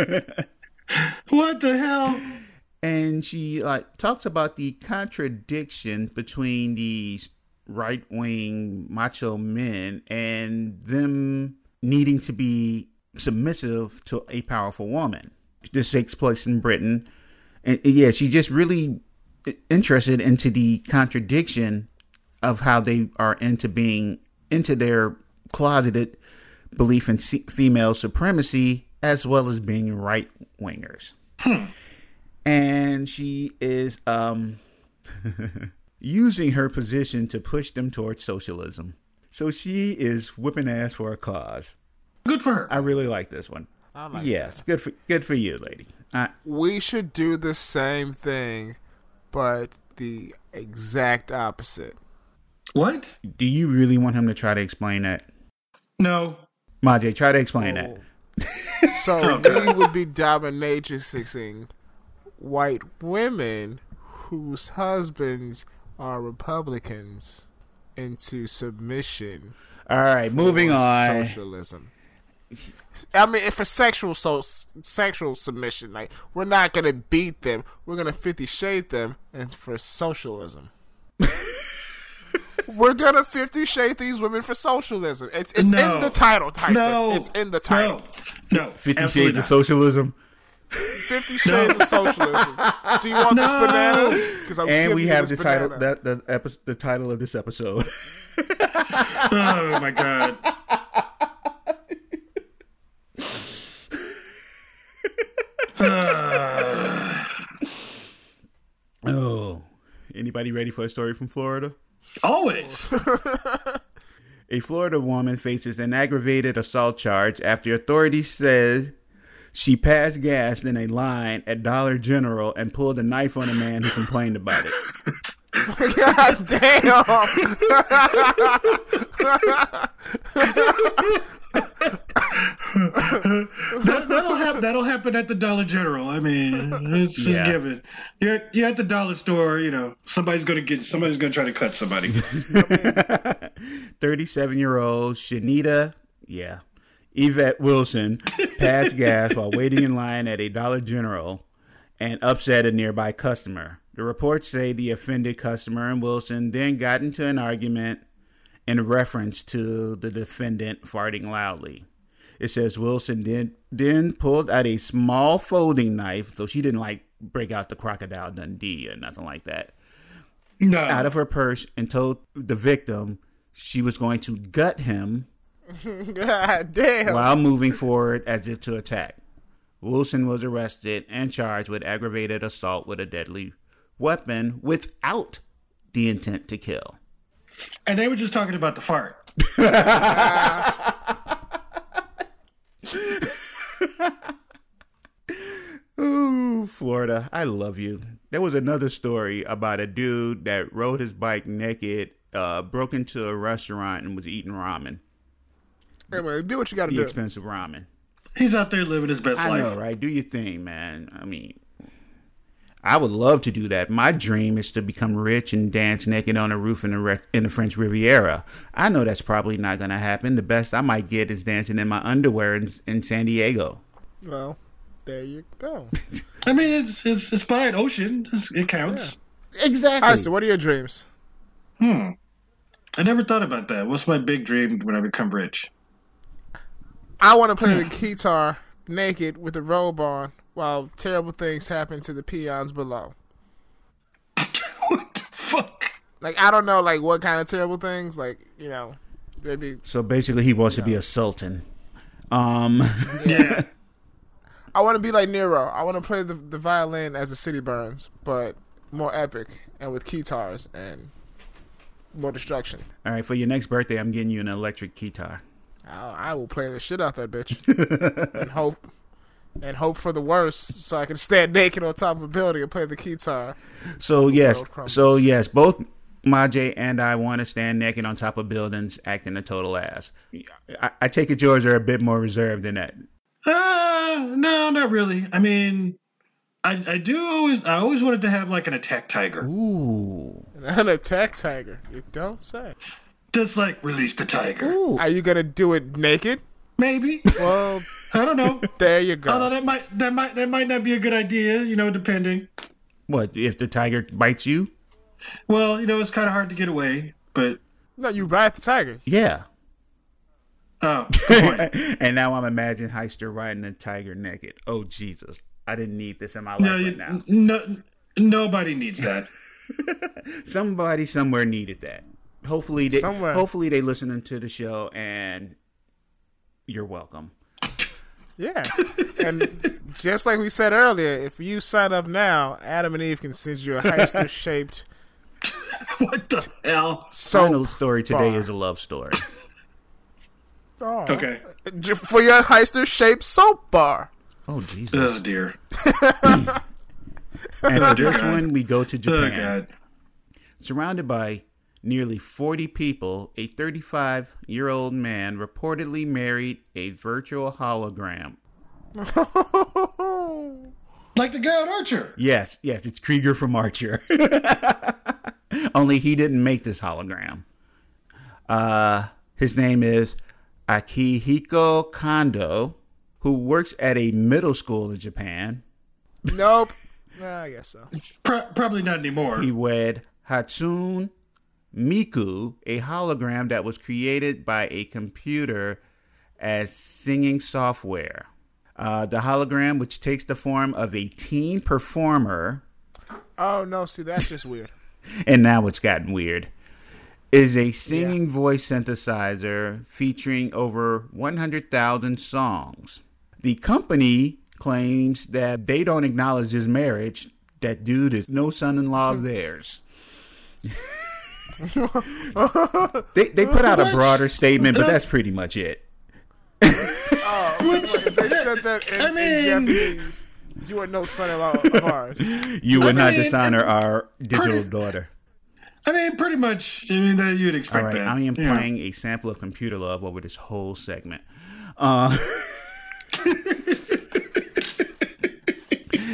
Speaker 2: What the hell?
Speaker 1: and she like talks about the contradiction between these right wing macho men and them needing to be submissive to a powerful woman. This takes place in Britain, and and yeah, she just really i- interested into the contradiction of how they are into being into their closeted belief in se- female supremacy as well as being right wingers and she is um using her position to push them towards socialism. So she is whipping ass for a cause.
Speaker 2: Good for her.
Speaker 1: I really like this one. I like yes, good for good for you, lady. I,
Speaker 3: we should do the same thing, but the exact opposite.
Speaker 2: What?
Speaker 1: do you really want him to try to explain that?
Speaker 2: No.
Speaker 1: Majay, try to explain that.
Speaker 3: So we would be dominatrixing white women whose husbands are Republicans into submission.
Speaker 1: All right, moving
Speaker 3: for
Speaker 1: on.
Speaker 3: Socialism. I mean, if for sexual so sexual submission, like we're not gonna beat them, we're gonna fifty shade them, and for socialism, we're gonna fifty shade these women for socialism. It's it's
Speaker 2: No.
Speaker 3: in the title, Tyson.
Speaker 2: No.
Speaker 3: It's in the
Speaker 2: No.
Speaker 3: title.
Speaker 2: No.
Speaker 1: Fifty
Speaker 2: absolutely
Speaker 1: Shades of
Speaker 2: not.
Speaker 1: Socialism,
Speaker 3: Fifty Shades of Socialism. Do you want this banana? Because I'm
Speaker 1: and
Speaker 3: giving
Speaker 1: we
Speaker 3: you
Speaker 1: have the
Speaker 3: this
Speaker 1: title
Speaker 3: banana.
Speaker 1: that the, epi- the title of this episode.
Speaker 2: Oh my god.
Speaker 1: oh, anybody ready for a story from Florida?
Speaker 2: Always.
Speaker 1: A Florida woman faces an aggravated assault charge after authorities said she passed gas in a line at Dollar General and pulled a knife on a man who complained about it.
Speaker 3: God damn.
Speaker 2: That, that'll happen. That'll happen at the Dollar General. I mean, it's just
Speaker 1: Yeah.
Speaker 2: given. You're you're at the dollar store. You know, somebody's gonna get. Somebody's gonna try to cut somebody.
Speaker 1: 37 year old Shanita, yeah, Yvette Wilson passed gas while waiting in line at a Dollar General and upset a nearby customer. The reports say the offended customer and Wilson then got into an argument in reference to the defendant farting loudly. It says Wilson then then pulled out a small folding knife, though she didn't like break out the crocodile Dundee or nothing like that
Speaker 2: No.
Speaker 1: out of her purse and told the victim she was going to gut him
Speaker 3: God damn.
Speaker 1: while moving forward as if to attack. Wilson was arrested and charged with aggravated assault with a deadly weapon without the intent to kill.
Speaker 2: and they were just talking about the fart.
Speaker 1: Florida, I love you. There was another story about a dude that rode his bike naked, uh, broke into a restaurant and was eating ramen,
Speaker 3: Hey, man, do what you got to
Speaker 1: the
Speaker 3: do.
Speaker 1: expensive ramen.
Speaker 2: He's out there living his best
Speaker 1: I
Speaker 2: life.
Speaker 1: know, right? Do your thing, man. I mean, I would love to do that. My dream is to become rich and dance naked on a roof in the re- in the French Riviera. I know that's probably not going to happen. The best I might get is dancing in my underwear in, in San Diego.
Speaker 3: well, there you go.
Speaker 2: I mean, it's it's it's by an ocean. It's, it counts.
Speaker 1: Exactly.
Speaker 3: All right, so what are your dreams?
Speaker 2: I never thought about that. What's my big dream when I become rich?
Speaker 3: I want to play the guitar naked with a robe on while terrible things happen to the peons below.
Speaker 2: what the fuck?
Speaker 3: Like I don't know, like what kind of terrible things, like you know, maybe.
Speaker 1: So basically, he wants to be a sultan. Um,
Speaker 2: Yeah.
Speaker 3: I want to be like Nero. I want to play the the violin as the city burns, but more epic and with guitars and more destruction.
Speaker 1: all right, for your next birthday, I'm getting you an electric guitar.
Speaker 3: I, I will play the shit out that bitch and hope and hope for the worst, so I can stand naked on top of a building and play the guitar.
Speaker 1: So yes,
Speaker 3: world crumbles.
Speaker 1: so yes, both Majay and I want to stand naked on top of buildings, acting a total ass. I, I take it yours are a bit more reserved than that.
Speaker 2: Uh, no, not really. I mean, I I do always I always wanted to have like an attack tiger.
Speaker 1: Ooh,
Speaker 3: And an attack tiger. You don't say.
Speaker 2: Just like release the tiger.
Speaker 1: ooh.
Speaker 3: Are you gonna do it naked?
Speaker 2: Maybe.
Speaker 3: Well,
Speaker 2: I don't know.
Speaker 3: there you
Speaker 2: Although
Speaker 3: go.
Speaker 2: that might that might that might not be a good idea. You know, depending.
Speaker 1: What if the tiger bites you?
Speaker 2: Well, you know, it's kind of hard to get away, but
Speaker 3: No, you ride the tiger.
Speaker 1: Yeah.
Speaker 2: oh, good point.
Speaker 1: and now I'm imagining Heister riding a tiger naked. Oh Jesus, I didn't need this in my life
Speaker 2: no,
Speaker 1: right
Speaker 2: you,
Speaker 1: now.
Speaker 2: no, nobody needs that.
Speaker 1: Somebody somewhere needed that. Hopefully they
Speaker 3: Somewhere.
Speaker 1: hopefully they listening to the show and you're welcome.
Speaker 3: Yeah. And just like we said earlier, if you sign up now, Adam and Eve can send you a heister shaped
Speaker 2: what the hell?
Speaker 1: Final
Speaker 3: soap
Speaker 1: story today
Speaker 3: bar.
Speaker 1: is a love story.
Speaker 3: bar.
Speaker 2: Okay.
Speaker 3: J- For your heister shaped soap bar.
Speaker 1: Oh Jesus.
Speaker 2: Oh dear.
Speaker 1: and for
Speaker 2: dear
Speaker 1: this
Speaker 2: Oh, God.
Speaker 1: one we go to
Speaker 2: Oh
Speaker 1: Japan.
Speaker 2: god.
Speaker 1: Surrounded by nearly 40 people, a 35 year old man reportedly married a virtual hologram.
Speaker 2: Like the guy on Archer.
Speaker 1: Yes, yes, it's Krieger from Archer. Only he didn't make this hologram. Uh, his name is Akihiko Kondo, who works at a middle school in Japan.
Speaker 3: nope. Nah, I guess so.
Speaker 2: Pro- probably not anymore.
Speaker 1: He wed Hatsune Miku, a hologram that was created by a computer as singing software. Uh, the hologram, which takes the form of a teen performer,
Speaker 3: Oh, no. See, that's just weird.
Speaker 1: and now it's gotten weird, is a singing voice synthesizer featuring over 100,000 songs. The company claims that they don't acknowledge his marriage. That dude is no son in law
Speaker 2: Hmm.
Speaker 1: of theirs. they, they put out a broader statement, but that's pretty much it.
Speaker 3: They said that in,
Speaker 2: I
Speaker 3: in
Speaker 2: mean-
Speaker 3: Japanese. You are no son in law of ours.
Speaker 1: You would not
Speaker 2: mean,
Speaker 1: dishonor our digital
Speaker 2: pretty-
Speaker 1: daughter.
Speaker 2: I mean, pretty much. I mean, that you'd expect
Speaker 1: All right,
Speaker 2: that.
Speaker 1: I am
Speaker 2: Yeah.
Speaker 1: playing a sample of computer love over this whole segment. Uh,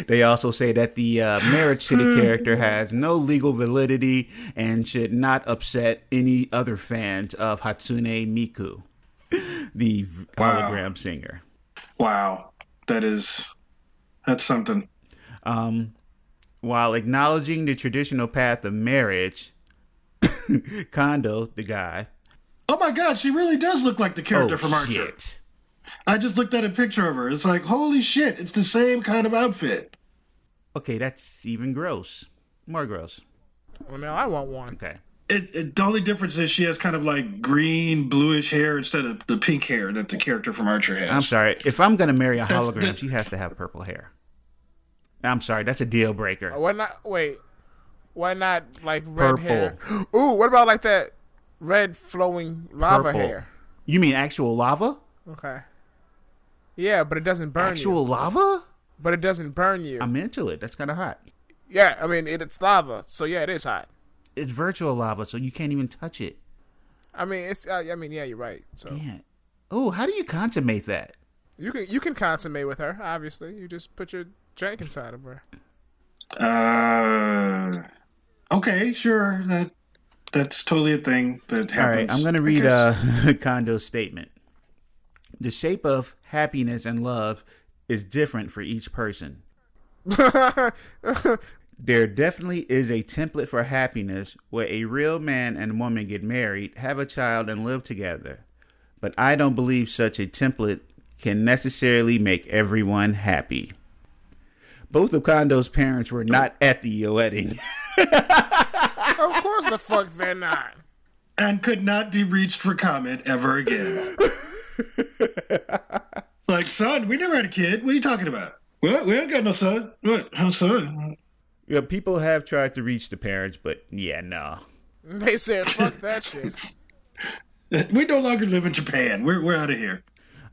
Speaker 1: they also say that the uh, marriage to the
Speaker 2: Hmm.
Speaker 1: character has no legal validity and should not upset any other fans of Hatsune Miku, the v-
Speaker 2: Wow.
Speaker 1: hologram singer.
Speaker 2: Wow, that is that's something.
Speaker 1: Um, while acknowledging the traditional path of marriage, Kondo, the guy,
Speaker 2: Oh my god, she really does look like the character
Speaker 1: oh
Speaker 2: from Archer.
Speaker 1: shit.
Speaker 2: I just looked at a picture of her. It's like, holy shit, it's the same kind of outfit.
Speaker 1: Okay, that's even gross. More gross.
Speaker 3: Well, now I want one.
Speaker 1: Okay.
Speaker 2: It, it, the only difference is she has kind of like green, bluish hair instead of the pink hair that the character from Archer has.
Speaker 1: I'm sorry. If I'm gonna marry a
Speaker 2: That's
Speaker 1: hologram,
Speaker 2: the-
Speaker 1: she has to have purple hair. I'm sorry. That's a deal breaker.
Speaker 3: Why not? Wait. Why not like
Speaker 1: Purple.
Speaker 3: red hair? Ooh, what about like that red flowing lava
Speaker 1: Purple.
Speaker 3: hair?
Speaker 1: You mean actual lava?
Speaker 3: Okay. Yeah, but it doesn't burn
Speaker 1: Actual
Speaker 3: you.
Speaker 1: lava?
Speaker 3: but it doesn't burn you.
Speaker 1: I'm into it. That's kind of hot.
Speaker 3: yeah, I mean it, it's lava, so yeah, it is hot.
Speaker 1: It's virtual lava, so you can't even touch it.
Speaker 3: I mean it's. uh, I, I mean yeah, you're right. So
Speaker 1: Yeah. Oh, how do you consummate that?
Speaker 3: you can you can consummate with her. Obviously, you just put your drink inside of her.
Speaker 2: Uh, okay, sure. That that's totally a thing that
Speaker 1: All
Speaker 2: happens.
Speaker 1: right, I'm going to
Speaker 2: I
Speaker 1: read
Speaker 2: guess.
Speaker 1: uh, Kondo's statement. The shape of happiness and love is different for each person. There definitely is a template for happiness where a real man and woman get married, have a child, and live together. But I don't believe such a template can necessarily make everyone happy. Both of Kondo's parents were not at the wedding.
Speaker 3: of course, the fuck they're not.
Speaker 2: and could not be reached for comment ever again. like, son, we never had a kid. What are you talking about? What? We ain't got no son. What? No son?
Speaker 1: You know, people have tried to reach the parents, but yeah, no.
Speaker 3: They said fuck that shit.
Speaker 2: We no longer live in Japan. We're we're out of here.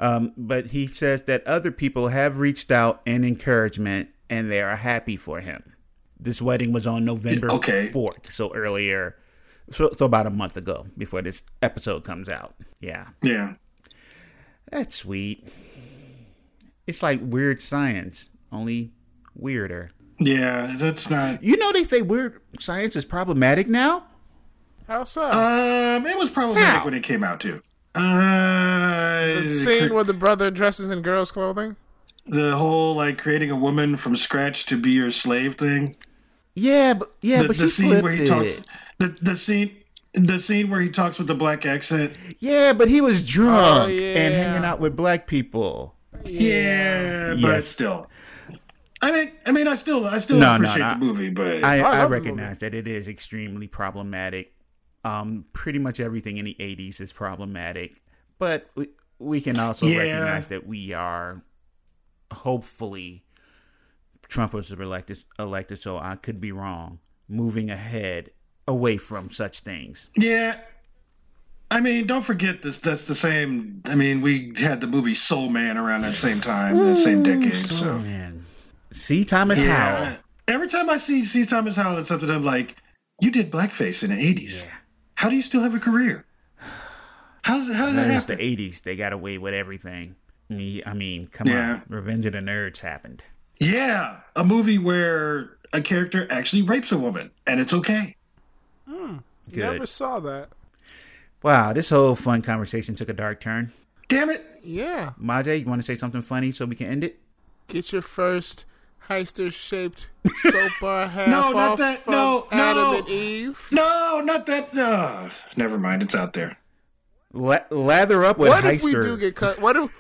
Speaker 1: Um, but he says that other people have reached out in encouragement and they are happy for him. This wedding was on November
Speaker 2: Okay.
Speaker 1: 4th, so earlier, so, so about a month ago before this episode comes out. Yeah,
Speaker 2: Yeah.
Speaker 1: that's sweet. It's like weird science, only weirder.
Speaker 2: Yeah. That's not.
Speaker 1: You know, they say weird science is problematic now?
Speaker 3: How so?
Speaker 2: Um, it was problematic
Speaker 1: How?
Speaker 2: when it came out too. Uh,
Speaker 3: the scene where the brother dresses in girls' clothing.
Speaker 2: the whole like creating a woman from scratch to be your slave thing.
Speaker 1: Yeah, but, yeah,
Speaker 2: the,
Speaker 1: but
Speaker 2: the
Speaker 1: she
Speaker 2: scene
Speaker 1: flipped
Speaker 2: where he
Speaker 1: it.
Speaker 2: talks the, the scene the scene where he talks with the black accent
Speaker 1: Yeah, but he was drunk and
Speaker 3: yeah.
Speaker 1: hanging out with black people.
Speaker 2: yeah, but
Speaker 1: Yes.
Speaker 2: still i mean i mean i still i still
Speaker 1: No, no,
Speaker 2: appreciate
Speaker 1: no.
Speaker 2: the movie but
Speaker 1: I, I,
Speaker 3: love the
Speaker 1: recognize that it is extremely problematic. Um, pretty much everything in the '80s is problematic, but we, we can also
Speaker 2: Yeah.
Speaker 1: recognize that we are, hopefully, Trump was elected. Elected, so I could be wrong. Moving ahead away from such things.
Speaker 2: yeah i mean don't forget this that's the same i mean we had the movie soul man around that same time the same decade
Speaker 1: Oh
Speaker 2: so
Speaker 1: man, see Thomas
Speaker 2: yeah
Speaker 1: Howell.
Speaker 2: every time i see see thomas howell in something i'm like you did blackface in the 80s how do you still have a career how's how did that
Speaker 1: That was the
Speaker 2: happen
Speaker 1: '80s. They got away with everything. Me- I mean, come
Speaker 2: Yeah.
Speaker 1: on, Revenge of the Nerds happened.
Speaker 2: Yeah, a movie where a character actually rapes a woman, and it's okay.
Speaker 3: Never
Speaker 1: Good.
Speaker 3: saw that.
Speaker 1: Wow, this whole fun conversation took a dark turn.
Speaker 2: Damn it!
Speaker 3: Yeah,
Speaker 1: Maje, you want to say something funny so we can end it?
Speaker 3: get your first heister-shaped soap bar half
Speaker 2: not
Speaker 3: off
Speaker 2: that.
Speaker 3: from
Speaker 2: No, no.
Speaker 3: Adam and Eve.
Speaker 2: No, not that. No, never mind. It's out there.
Speaker 1: La- lather up with
Speaker 3: What
Speaker 1: heister.
Speaker 3: if we do get cut? What if?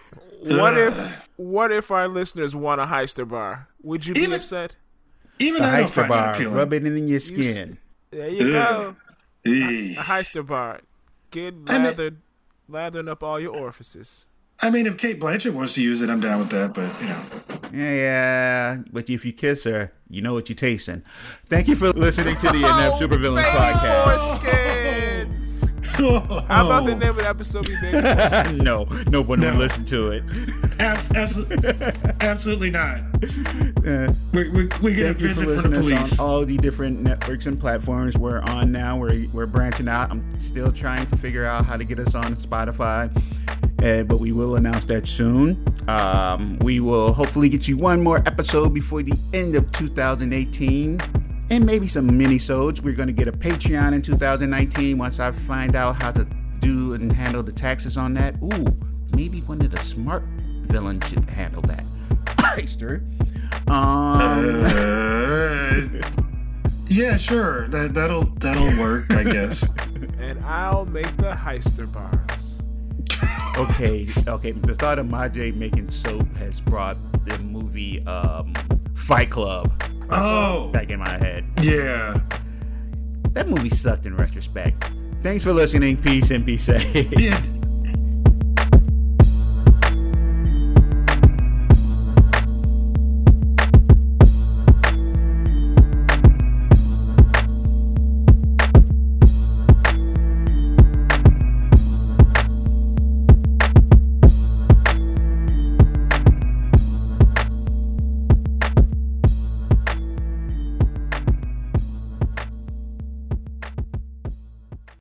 Speaker 3: What
Speaker 2: Uh,
Speaker 3: if? What if our listeners want a heister bar? Would you be
Speaker 2: Even-
Speaker 3: upset?
Speaker 2: Even
Speaker 1: the
Speaker 2: I don't
Speaker 1: heister
Speaker 2: find
Speaker 1: bar?
Speaker 2: it appealing.
Speaker 1: Rub it in your
Speaker 3: s-
Speaker 1: skin.
Speaker 3: There you
Speaker 2: Ugh.
Speaker 3: go.
Speaker 2: Eh.
Speaker 3: A heister bar. Get
Speaker 2: I mean-
Speaker 3: lathered, lathering up all your orifices.
Speaker 2: I mean, if Kate Blanchett wants to use it, I'm down with that. But you know,
Speaker 1: Yeah, yeah, but if you kiss her, you know what you're tasting. Thank you for listening to the
Speaker 3: Oh,
Speaker 1: NF Supervillains podcast.
Speaker 3: Foreskins. How about
Speaker 2: Oh,
Speaker 3: the name of the episode be baby?
Speaker 1: no, no one
Speaker 2: No.
Speaker 1: will listen to it.
Speaker 2: Abs- abso- absolutely not.
Speaker 1: Uh,
Speaker 2: We we we get a
Speaker 1: Thank you for
Speaker 2: visit from the
Speaker 1: listening to us
Speaker 2: police.
Speaker 1: on all the different networks and platforms we're on now. We're, we're branching out. I'm still trying to figure out how to get us on Spotify, uh, but we will announce that soon. Um, we will hopefully get you one more episode before the end of 2018 and maybe some mini-sodes. We're going to get a Patreon in 2019 once I find out how to do and handle the taxes on that. Ooh, maybe one of the smart villains should handle that. Heister. Um,
Speaker 2: Uh, yeah, sure. That that'll that'll work, I guess.
Speaker 3: and I'll make the heister bars.
Speaker 1: Okay, okay. The thought of Majay making soap has brought the movie um, Fight Club
Speaker 2: Oh,
Speaker 1: back in my head.
Speaker 2: yeah.
Speaker 1: That movie sucked in retrospect. Thanks for listening. Peace and be safe.
Speaker 2: Yeah.